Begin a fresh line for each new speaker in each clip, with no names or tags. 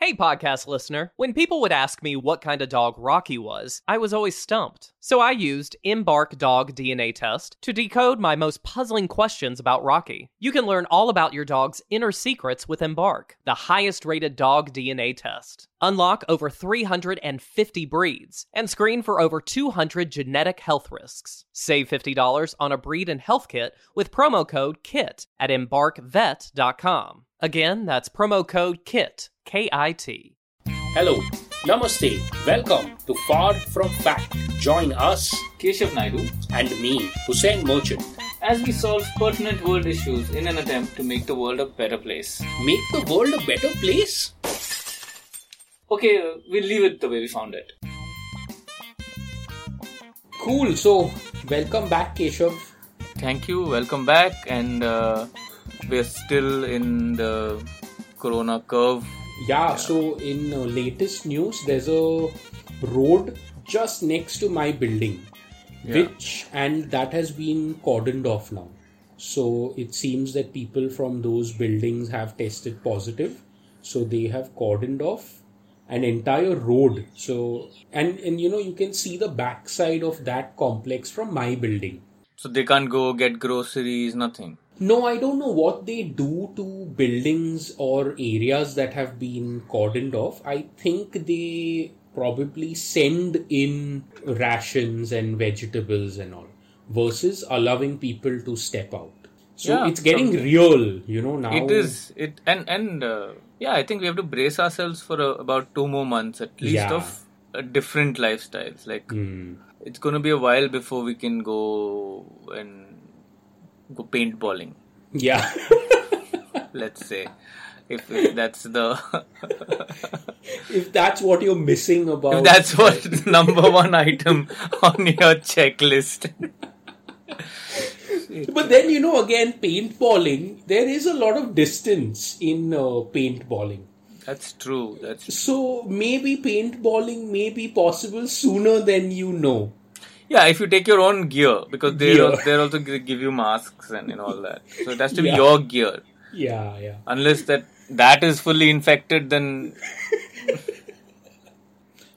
Hey, podcast listener. When people would ask me what kind of dog Rocky was, I was always stumped. So I used Embark Dog DNA Test to decode my most puzzling questions about Rocky. You can learn all about your dog's inner secrets with Embark, the highest rated dog DNA test. Unlock over 350 breeds and screen for over 200 genetic health risks. Save $50 on a breed and health kit with promo code KIT at embarkvet.com. Again, that's promo code KIT, K I T.
Hello, Namaste, welcome to Far From Fact. Join us
Keshav Naidu,
and me, Hussein Merchant.
as we solve pertinent world issues in an attempt to make the world a better place.
Make the world a better place?
Okay, uh, we'll leave it the way we found it.
Cool, so welcome back, Keshav.
Thank you, welcome back, and uh, we're still in the corona curve.
Yeah, so in uh, latest news, there's a road just next to my building, which and that has been cordoned off now. So it seems that people from those buildings have tested positive, so they have cordoned off an entire road. So and and you know you can see the backside of that complex from my building.
So they can't go get groceries, nothing.
No, I don't know what they do to buildings or areas that have been cordoned off. I think they probably send in rations and vegetables and all versus allowing people to step out. So
Yeah,
it's getting
something.
real, you know, now.
It is it and and uh, yeah, I think we have to brace ourselves for uh, about two more months at least
Yeah.
of uh, different lifestyles. Like
Hmm.
it's going to be a while before we can go and go paintballing.
Yeah.
let's say if, if that's the
if that's what you're missing about.
if that's what number one item on your checklist
But then, you know, again, paintballing, there is a lot of distance in uh, paintballing.
that's true that's
So maybe paintballing may be possible sooner than you know.
yeah if you take your own gear because they
Gear.
they also gi- give you masks and, and all that so it has to be
Yeah.
your gear
Yeah, yeah.
unless that that is fully infected then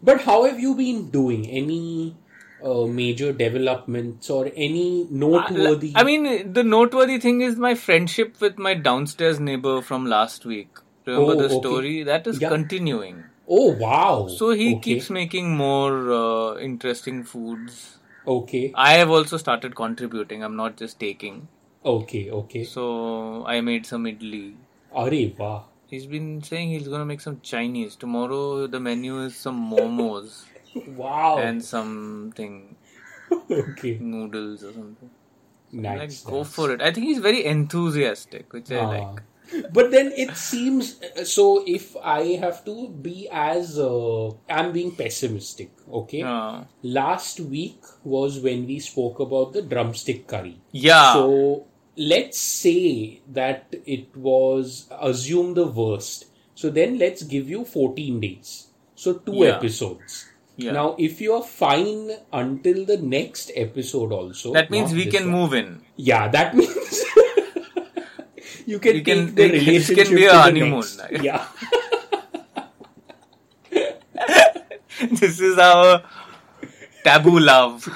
But how have you been doing? Any uh, major developments or any noteworthy?
i mean the noteworthy thing is my friendship with my downstairs neighbor from last week remember
Oh,
the
okay.
story that is
Yeah.
continuing
oh wow!
so he
okay.
keeps making more uh, interesting foods
Okay,
I have also started contributing. I'm not just taking.
okay, okay.
So I made some idli.
Arey wah!
He's been saying he's gonna make some Chinese tomorrow. The menu is some momos
Wow!
and something
okay,
noodles or something.
nice.
like go for it. I think he's very enthusiastic, which
Ah.
I like.
But then it seems so. If I have to be as uh, I'm being pessimistic, okay.
Uh,
Last week was when we spoke about the drumstick curry.
yeah.
So let's say that it was assume the worst. So then let's give you 14 days. So two
Yeah.
episodes.
Yeah.
Now if you are fine until the next episode also
that means
not
we
this
can
one.
move in.
Yeah, that means you can
You can-
take the
it can- it can
relationship
be a
to the
honeymoon,
next.
like.
Yeah.
this is our taboo love.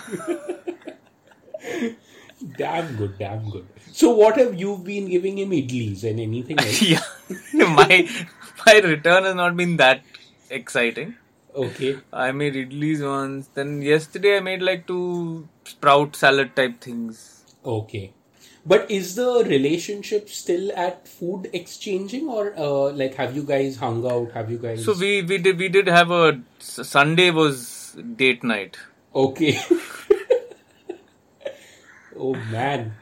Damn good, damn good. So what have you been giving him idlis and anything else?
yeah. my my return has not been that exciting.
okay.
I made idlis once. Then yesterday I made like two sprout salad type things.
Okay. But is the relationship still at food exchanging or uh, like have you guys hung out? Have you guys
So we we did we did have a S- Sunday was date night.
Okay. oh man.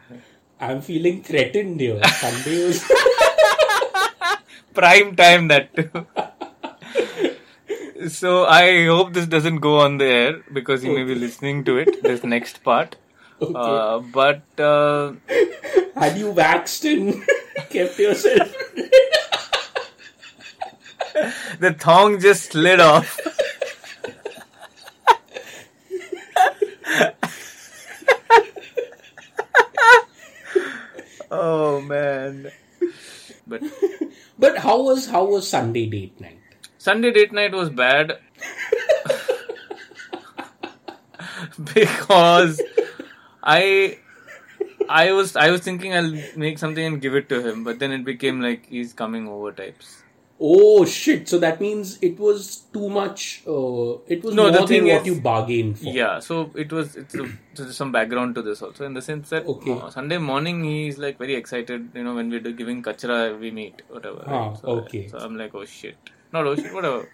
I'm feeling threatened here. Sunday was
Prime time that too. so I hope this doesn't go on the air because you may be listening to it this next part.
okay.
Uh, but uh,
Had you waxed and kept yourself
the thong just slid off. oh man. But Oh,
But how was how was Sunday date night?
Sunday date night was bad because I I was I was thinking I'll make something and give it to him, but then it became like he's coming over types.
Oh shit! So that means it was too much. Uh, it was
No,
more
the
than
thing
what
is-
you bargained for.
Yeah, so it was it's a, so there's some background to this also in the sense that
Okay.
uh, Sunday morning he's like very excited, you know, when we're do- giving kachra we meet whatever.
Ah,
right? So,
okay.
So I'm like oh shit, not oh shit, whatever.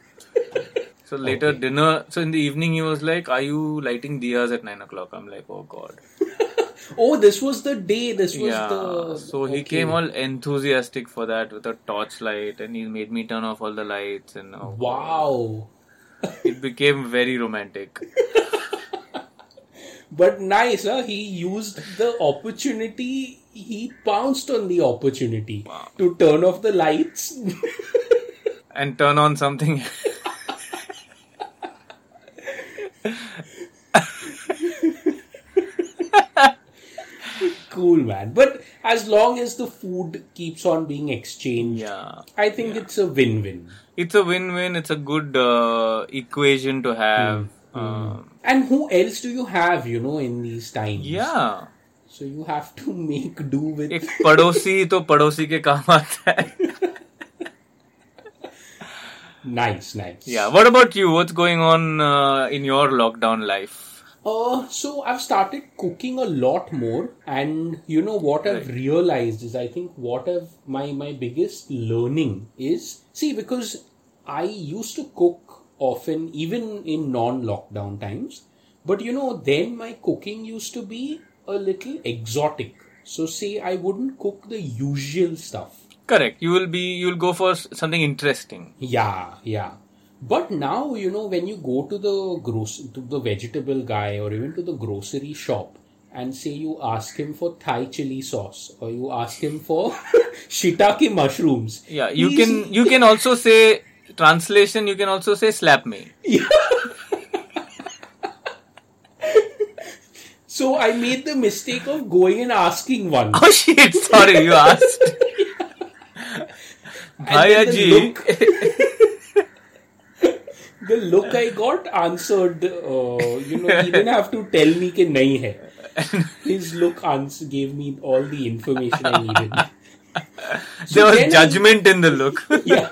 So later dinner, so in the evening he was like, "Are you lighting diyas at nine o'clock?" I'm like, "Oh god."
Oh, this was the day. This was
yeah.
the.
so he
okay.
came all enthusiastic for that with a torchlight, and he made me turn off all the lights, and oh,
Wow.
it became very romantic.
But nice, huh? He used the opportunity. He pounced on the opportunity to turn off the lights.
and turn on something.
cool, man. But as long as the food keeps on being exchanged,
yeah,
I think it's a win-win.
it's a win-win. It's a good uh, equation to have.
Hmm.
Um,
And who else do you have, you know, in these times?
yeah,
So you have to make do with.
एक पड़ोसी तो पड़ोसी के काम आता है.
nice, nice.
Yeah. What about you? What's going on uh, in your lockdown life?
Uh, so I've started cooking a lot more, and you know what I've realized is I think what I've my my biggest learning is see because I used to cook often even in non-lockdown times, but you know then my cooking used to be a little exotic. So say I wouldn't cook the usual stuff.
Correct. You will be. You will go for s- something interesting.
Yeah, yeah. But now, you know, when you go to the gross to the vegetable guy or even to the grocery shop and say you ask him for Thai chili sauce or you ask him for shiitake mushrooms.
Yeah. You
he's-
can. You can also say translation. You can also say slap me.
So I made the mistake of going and asking one.
Oh shit! Sorry, you asked.
then
Bhaiya
the
ji.
The look I got answered, uh, you know, he didn't have to tell me ke nahi hai. His look answer gave me all the information I needed.
there was
then I-
judgment in the look.
yeah.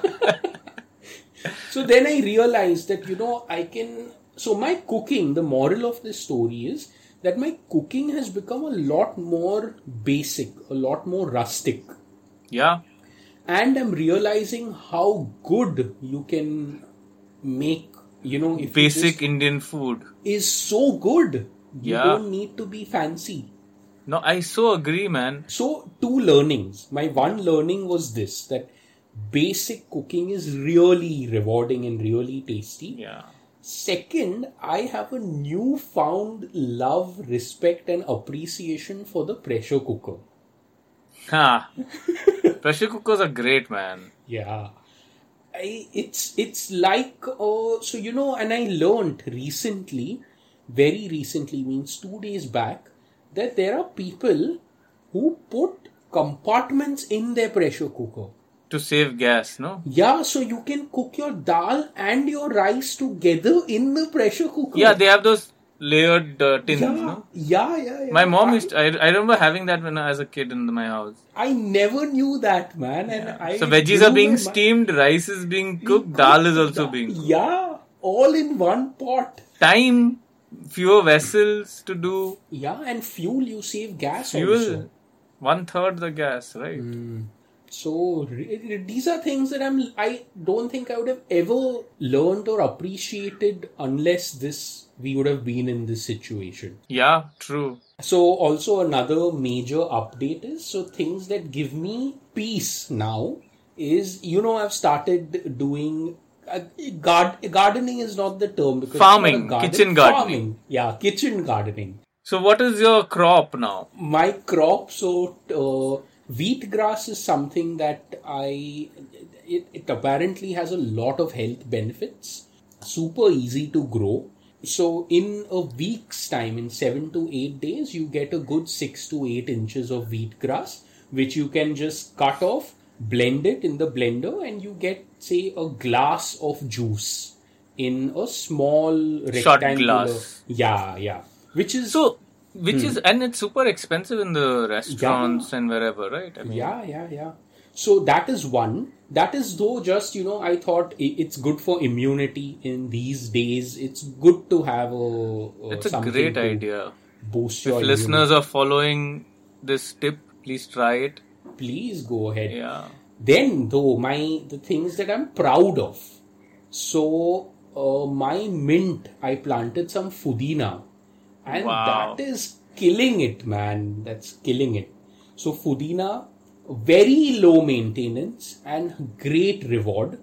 so then I realized that, you know, I can. So my cooking, the moral of this story is that my cooking has become a lot more basic, a lot more rustic.
yeah.
And I'm realizing how good you can make, you know, if you
Basic
just-
Indian food.
is so good. You
Yeah.
don't need to be fancy.
No, I so agree, man.
So, two learnings. My one learning was this that basic cooking is really rewarding and really tasty.
Yeah.
Second, I have a newfound love, respect, and appreciation for the pressure cooker.
Ha. Pressure cookers are great, man.
Yeah. I, it's it's like uh, so you know and I learned recently very recently means 2 days back that there are people who put compartments in their pressure cooker.
To save gas, no?
Yeah, so you can cook your dal and your rice together in the pressure cooker.
Yeah, they have those layered uh, tins,
yeah,
no?
yeah, yeah, yeah.
My mom
I-
used. I, I remember having that when I was a kid in my house.
I never knew that, man. And I
So veggies
blew
are being
my mind.
steamed, rice is being cooked, dal is also being cooked.
Yeah, all in one pot.
Time, fewer vessels to do
Yeah, and fuel you save Mm. gas
fuel,
also.
one third the gas, right?
So re- re- these are things that I'm. I don't think I would have ever learned or appreciated unless this we would have been in this situation.
Yeah, true.
So also another major update is so things that give me peace now is you know I've started doing uh, gar- gardening is not the term because it's not a
Farming, kitchen gardening.
farming yeah kitchen gardening
So what is your crop now?
my crop so uh, wheat grass is something that i it, it apparently has a lot of health benefits super easy to grow so in a week's time in 7 to 8 days you get a good 6 to 8 inches of wheat grass which you can just cut off blend it in the blender, and you get, say, a glass of juice in a small rectangular
glass.
Yeah, yeah. Which is
So, which is
Hmm.
and it's super expensive in the restaurants and wherever, right? I mean,
Yeah, yeah, yeah. So that is one. That is though just you know I thought i- it's good for immunity in these days. It's good to have a. a
it's a
something
great
to
idea.
Boost
If
your
listeners are following this tip, please try it.
immunity. Please go ahead.
Yeah.
Then though my the things that I'm proud of. So uh, my mint, I planted some fudina, and
Wow.
that is killing it, man. That's killing it. So fudina, very low maintenance and great reward.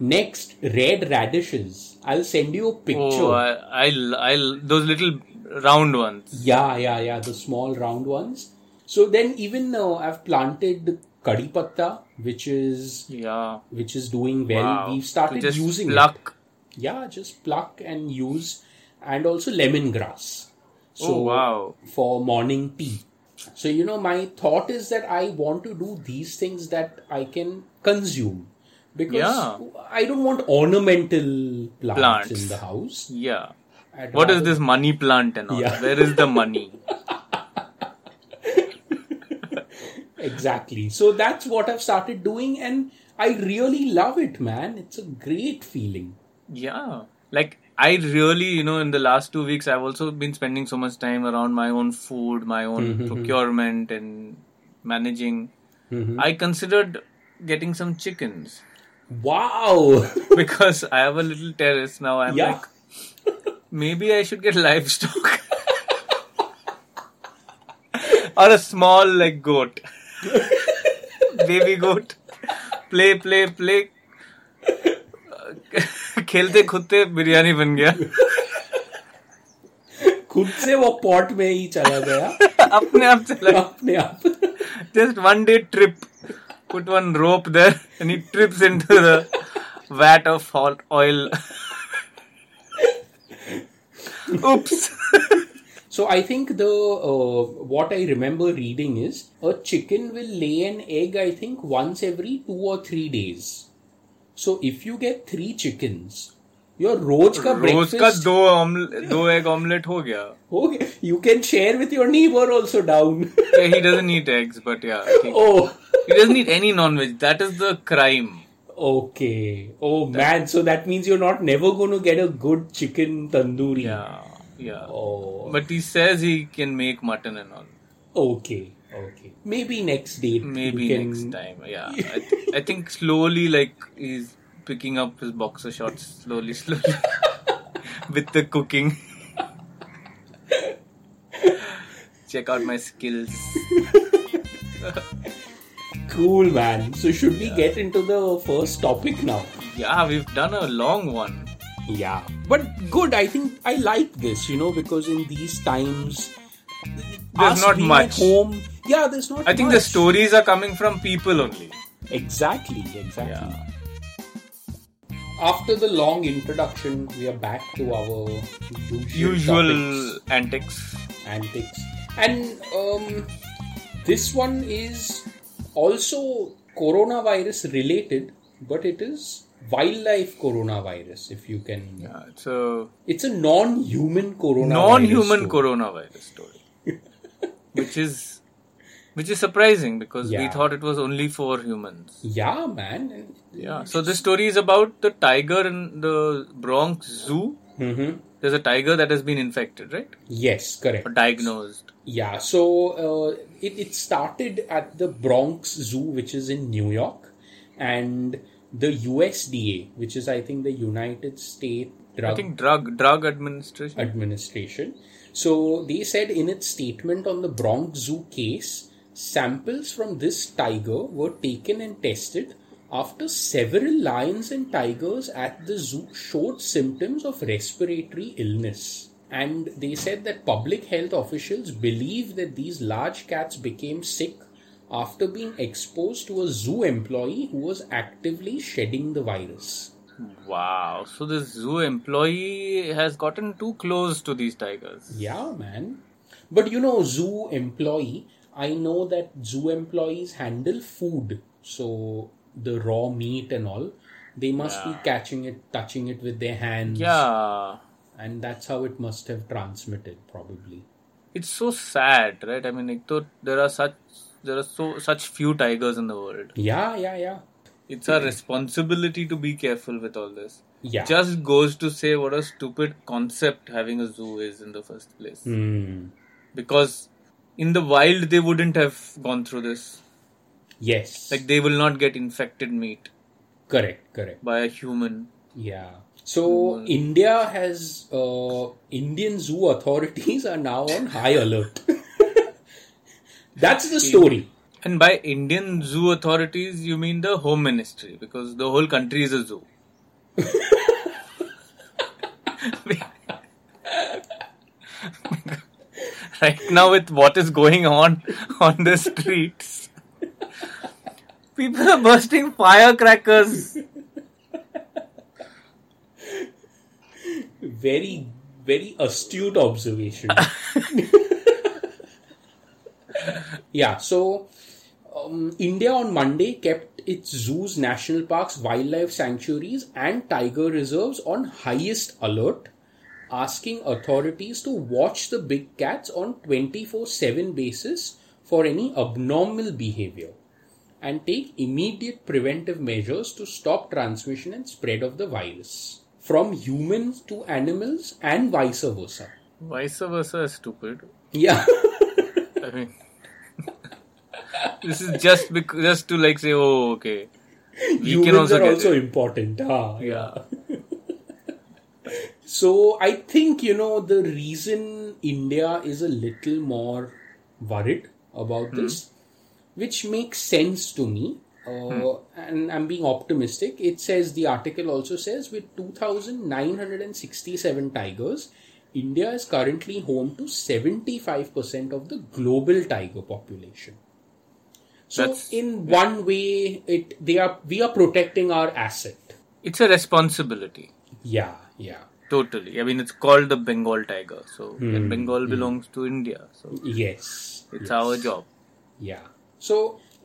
Next, red radishes. I'll send you a picture.
Oh, I, I, I, those little round ones.
Yeah, yeah, yeah. The small round ones. So then, even now, I've planted kadi patta, which is
Yeah.
which is doing well.
Wow.
We've
To
started
just
using it.
pluck.
Yeah, just pluck and use, and also lemongrass. So
oh wow.
for morning tea. So you know, my thought is that I want to do these things that I can consume because
Yeah.
I don't want ornamental plants,
Plants.
in the house.
Yeah.
I'd
What is
rather-
this money plant and all?
Yeah.
Where is the money?
Exactly. So that's what I've started doing, and I really love it, man. It's a great feeling.
Yeah. Like I really, you know, in the last two weeks, I've also been spending so much time around my own food, my own procurement, and managing. I considered getting some chickens
Wow.
because I have a little terrace now. I'm
yeah.
like, maybe I should get livestock or a small like goat, baby goat. Play, play, play. खेलते खुदते बिरयानी बन गया
खुद से वो pot में ही चला गया
अपने आप से like
अपने आप
just one day trip put one rope there and he trips into the vat of hot oil oops
So I think the uh, what I remember reading is a chicken will lay an egg I think once every two or three days. So if you get three chickens, your रोज का
रोज का
breakfast
दो omelet- दो egg omelet हो गया
okay, you can share with your neighbor also down.
Yeah, he doesn't eat eggs but yeah he,
oh,
he doesn't eat any non-veg that is the crime
okay. Oh man, so that means you're not never going to get a good chicken tandoori.
yeah yeah
Oh,
but he says he can make mutton and all
okay, okay. Maybe next date. you
maybe
can-
next time yeah I, th- I think slowly like he's picking up his boxer shorts slowly slowly with the cooking check out my skills
Cool, man. So should we get into the first topic now?
yeah we've done a long one
Yeah. But good, I think I like this, you know, because in these times
There's
us
not
being
much.
at home. Yeah, there's not
i think the
much.
stories are coming from people only
Exactly, exactly.
Yeah.
After the long introduction, we are back to our usual,
usual
topics,
antics
antics. And um this one is also coronavirus related, but it is wildlife coronavirus, if you can
yeah, it's a
It's a non-human coronavirus.
non-human
though.
coronavirus story which is which is surprising because we
Yeah.
thought it was only for humans
Yeah, man.
Yeah. So this story is about the tiger in the Bronx Zoo.
Mm-hmm.
There's a tiger that has been infected, right?
Yes, correct.
Or diagnosed.
Yeah. So uh, it it started at the Bronx Zoo, which is in New York, and the USDA, which is I think the United States Drug
I think drug drug administration.
Administration. So they said in its statement on the Bronx Zoo case, samples from this tiger were taken and tested after several lions and tigers at the zoo showed symptoms of respiratory illness. And they said that public health officials believe that these large cats became sick after being exposed to a zoo employee who was actively shedding the virus.
wow. So this zoo employee has gotten too close to these tigers.
Yeah, man. But you know, zoo employee, I know that zoo employees handle food So the raw meat and all, they must be
Yeah.
catching it, touching it with their hands.
Yeah.
And that's how it must have transmitted, probably.
It's so sad, right? I mean, ek to, there are such there are so such few tigers in the world.
Yeah, yeah, yeah.
It's our responsibility to be careful with all this.
Yeah.
Just goes to say what a stupid concept having a zoo is in the first place.
Hmm.
Because in the wild they wouldn't have gone through this.
Yes.
Like they will not get infected meat
correct, correct.
by a human.
Yeah. So
Hmm.
India has uh, Indian zoo authorities are now on high alert. That's the story.
And by Indian zoo authorities, you mean the home ministry because the whole country is a zoo. right now, with what is going on on the streets, people are bursting firecrackers.
Very, very astute observation. yeah. So um, India on Monday kept its zoos, national parks, wildlife sanctuaries, and tiger reserves on highest alert. asking authorities to watch the big cats on 24/7 basis for any abnormal behavior and take immediate preventive measures to stop transmission and spread of the virus from humans to animals and vice versa
Vice versa is stupid.
yeah
I mean, this is just because, just to like say, oh, okay. We
humans are
get
also
it.
important ah,
Yeah.
So I think you know the reason India is a little more worried about this, which makes sense to me, uh, and I'm being optimistic. It says the article also says with 2,967 tigers, India is currently home to 75% of the global tiger population. So
That's-
in one way, it they are we are protecting our asset.
It's a responsibility.
Yeah, yeah.
Totally. I mean, it's called the Bengal tiger. So, and Bengal belongs to India. So,
Yes.
it's
Hmm. yes.
our job.
Yeah. So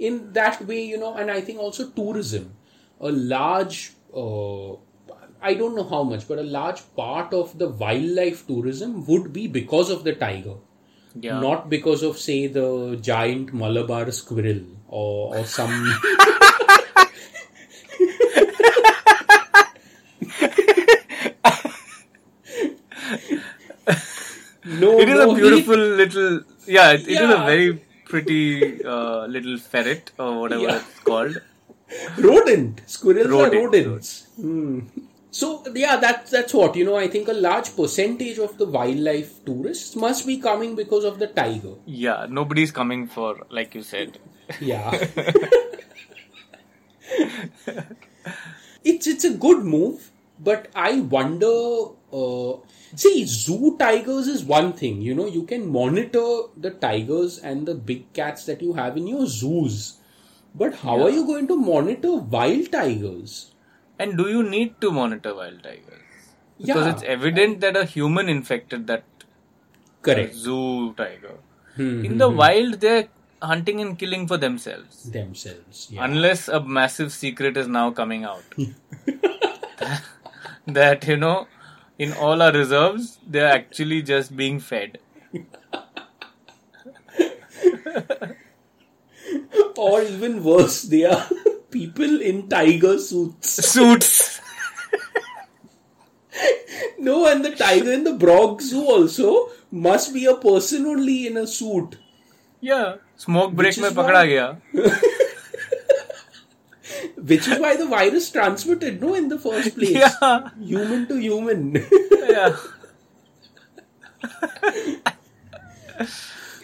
in that way, you know, and I think also tourism, a large, uh, I don't know how much, but a large part of the wildlife tourism would be because of the tiger,
Yeah.
not because of say the giant Malabar squirrel or, or some. No,
it is
no,
a
he-
beautiful little. Yeah, it, it is a
Yeah.
very pretty uh, little ferret or whatever
Yeah.
it's called.
rodent squirrels
Rodent,
are rodents Hmm. so yeah that, that's what you know i think a large percentage of the wildlife tourists must be coming because of the tiger
Yeah, nobody's coming for, like you said.
yeah it's it's a good move but i wonder uh, see zoo tigers is one thing you know you can monitor the tigers and the big cats that you have in your zoos but how are you going to monitor wild tigers
And do you need to monitor wild tigers? Because
Yeah.
it's evident that a human infected that
correct Hmm.
zoo tiger. In the wild, they're hunting and killing for themselves.
themselves. Yeah. Hmm.
unless a massive secret is now coming out that you know in all our reserves they're actually just being fed
or even worse, they are people in tiger suits.
suits
No, and the tiger in the Bronx Zoo also must be a person only in a suit.
yeah smoke break
Which
mein
is
pakda
why-
gaya
Which is why the virus transmitted, no, in the first place.
yeah
Human to human.
yeah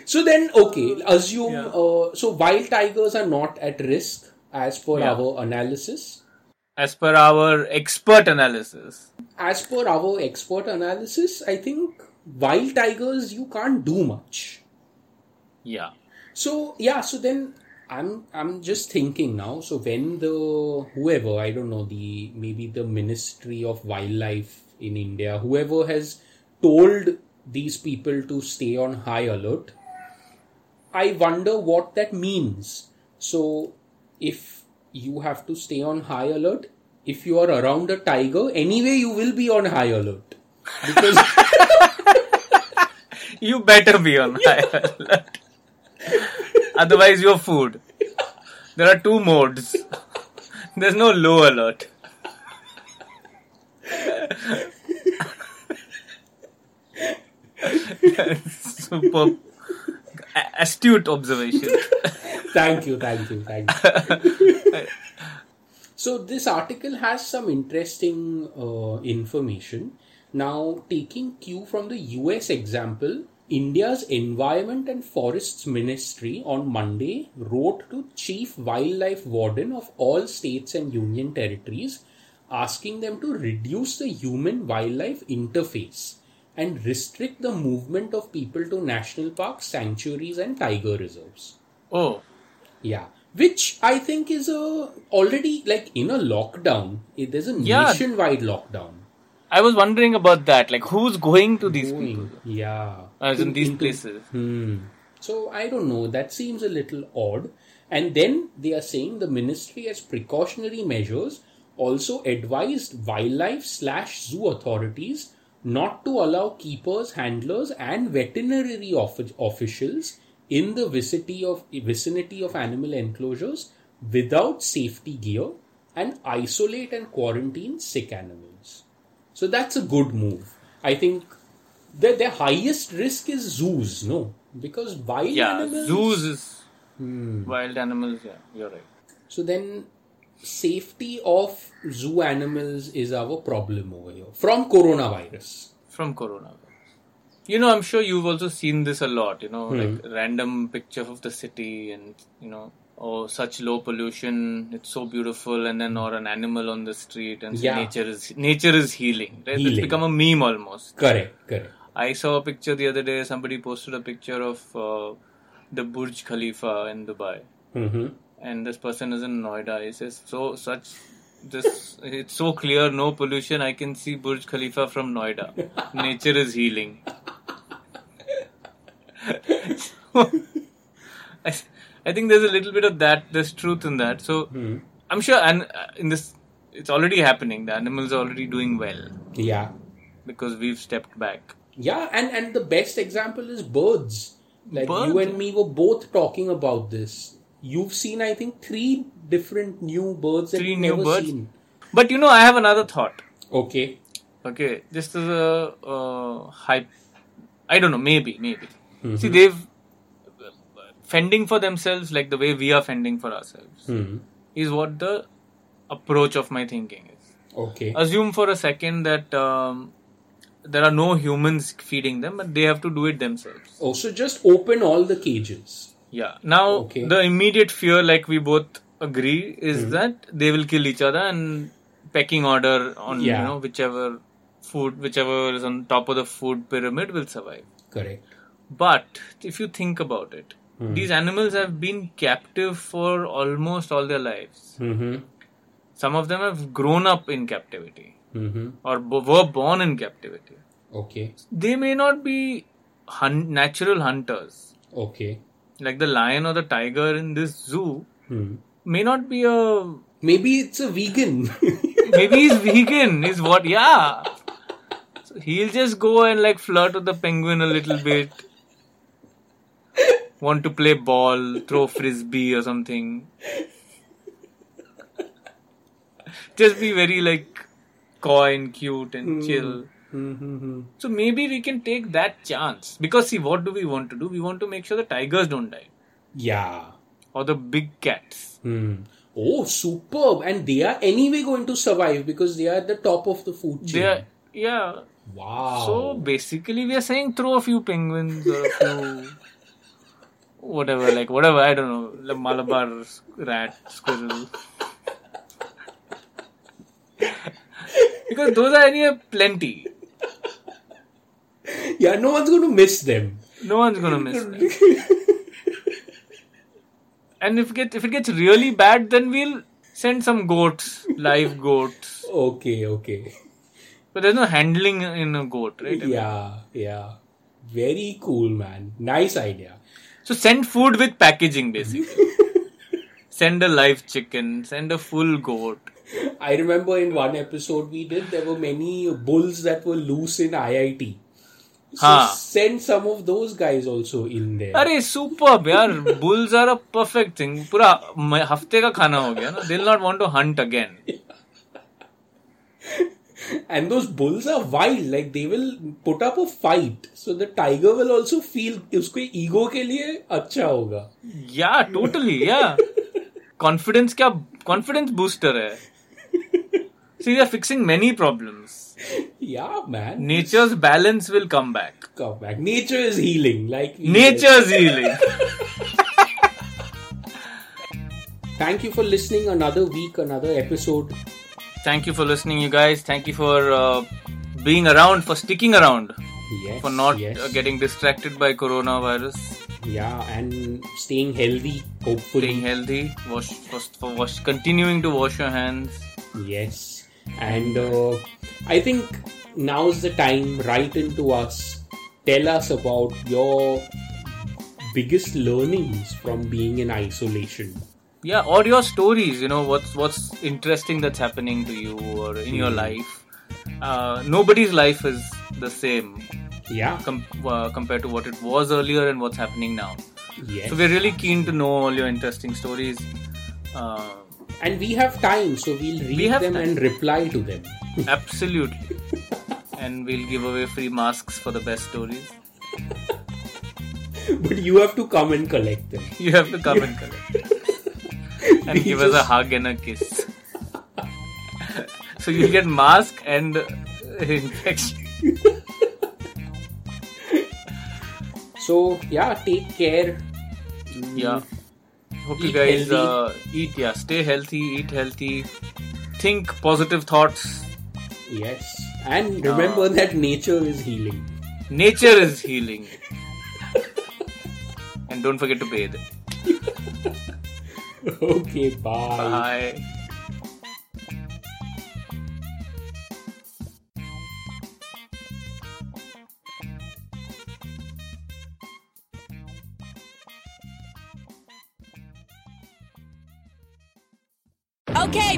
so then, okay, assume.
Yeah.
Uh, so wild tigers are not at risk as per
Yeah.
our analysis.
as per our expert analysis
As per our expert analysis, I think wild tigers, you can't do much.
yeah
So yeah, so then I'm I'm just thinking now. So when the whoever I don't know the maybe the Ministry of Wildlife in India, whoever has told these people to stay on high alert, I wonder what that means. So if you have to stay on high alert. If you are around a tiger, anyway, you will be on high alert. Because
You better be on high alert. Otherwise, you're food. There are two modes. There's no low alert. That's Superb. A- Astute observation.
thank you, thank you, thank you. So this article has some interesting uh, information. Now, taking cue from the US example, India's Environment and Forests Ministry on Monday wrote to Chief Wildlife Warden of all states and union territories asking them to reduce the human wildlife interface and restrict the movement of people to national parks, sanctuaries, and tiger reserves.
Oh,
Yeah. Which I think is a already like in a lockdown. It, there's a
Yeah.
nationwide lockdown.
I was wondering about that. Like, who's going to these people?
Going. Yeah.
As in these
Into-
places.
Hmm. So I don't know. That seems a little odd. And then they are saying the ministry, as precautionary measures, also advised wildlife slash zoo authorities not to allow keepers, handlers, and veterinary offi- officials in the vicinity of vicinity of animal enclosures without safety gear and isolate and quarantine sick animals. So that's a good move. I think the their highest risk is zoos, no? Because wild
Yeah,
animals.
zoos is wild animals. Yeah, you're right.
So then, safety of zoo animals is our problem over here from coronavirus.
from coronavirus. You know, I'm sure you've also seen this a lot. You
Hmm.
know, like random picture of the city, and you know, oh, such low pollution. It's so beautiful, and then or an animal on the street, and so
Hmm. Yeah.
nature is nature is healing. Right? It's
Healing.
become a meme almost.
Correct, correct.
I saw a picture the other day. Somebody posted a picture of uh, the Burj Khalifa in Dubai,
hmm
and this person is in Noida. He says, "So such." This it's so clear, no pollution. I can see Burj Khalifa from Noida. Nature is healing. I, I think there's a little bit of that. There's truth in that. So I'm sure, and uh, in this, it's already happening. The animals are already doing well
Yeah,
because we've stepped back.
yeah. And and the best example is birds. Like you
Birds?
and me were both talking about this. You've seen, I think, three different new birds that
Three
you've
new
never
birds.
seen.
But you know, I have another thought.
Okay.
Okay, this is a uh, hype. I don't know. Maybe, maybe. See, they've fending for themselves like the way we are fending for ourselves
Hmm.
is what the approach of my thinking is.
Okay.
assume for a second that um, there are no humans feeding them but they have to do it themselves
Also, Oh, just open all the cages.
yeah now
Okay. Hmm.
the immediate fear like we both agree is that they will kill each other and pecking order on
Yeah.
you know whichever food whichever is on top of the food pyramid will survive
Correct.
but if you think about it
Hmm.
these animals have been captive for almost all their lives
Mm-hmm.
some of them have grown up in captivity
Mm-hmm.
or b- were born in captivity
Okay.
they may not be hun- natural hunters.
Okay.
Like the lion or the tiger in this zoo
Hmm.
may not be a.
Maybe it's a vegan.
Maybe he's vegan, is what. Yeah. So he'll just go and like flirt with the penguin a little bit. Want to play ball, throw frisbee or something. Just be very like coy and cute and chill.
mm-hmm.
So maybe we can take that chance because see, what do we want to do? We want to make sure the tigers don't die
Yeah.
or the big cats.
Hmm. Oh, superb! And they are anyway going to survive because they are at the top of the food chain.
They are, yeah.
Wow.
So basically, we are saying throw a few penguins or a few whatever, like whatever. I don't know, like Malabar rat, squirrel. because those are anyway plenty.
yeah, no one's going to miss them.
No one's gonna miss them. And if get if it gets really bad, then we'll send some goats, live goats.
Okay, okay.
But there's no handling in a goat, right?
Yeah, yeah. Very cool, man. Nice idea.
So send food with packaging, basically. Send a live chicken, send a full goat.
I remember in one episode we did, there were many bulls that were loose in IIT. So
Huh.
send some of those guys also in there.
अरे super यार bulls are a perfect thing पूरा म- हफ्ते का खाना हो गया ना दिल not want to hunt again
And those bulls are wild, like they will put up a fight. So the tiger will also feel उसके ego के लिए अच्छा होगा.
या टोटली या कॉन्फिडेंस क्या कॉन्फिडेंस बूस्टर है see are fixing many problems
Yeah, man.
Nature's balance will come back
Come back. Nature is healing. Like we
nature's healing
Thank you for listening. Another week, another episode.
thank you for listening you guys thank you for uh, being around for sticking around
Yes.
for not
yes.
uh, getting distracted by coronavirus
Yeah, and staying healthy. Hopefully.
staying healthy wash for, for wash continuing to wash your hands
Yes. And uh, I think now's the time. Write into us. Tell us about your biggest learnings from being in isolation.
yeah or your stories you know what's what's interesting that's happening to you or in
Mm-hmm.
your life uh, nobody's life is the same
Yeah.
com- uh, compared to what it was earlier and what's happening now
Yes.
so we're really keen to know all your interesting stories uh,
and we have time, so we'll read
have
them
time.
and reply to them.
absolutely and we'll give away free masks for the best stories
but you have to come and collect them.
you have to come and collect and give us a hug and a kiss so you get mask and uh, infection
So yeah, take care.
Yeah. Hope you
Eat
guys
healthy.
uh, eat, yeah, stay healthy, eat healthy, think positive thoughts.
Yes. And
Uh,
remember that nature is healing.
Nature is healing. and don't forget to bathe.
okay, bye.
Bye.
Okay,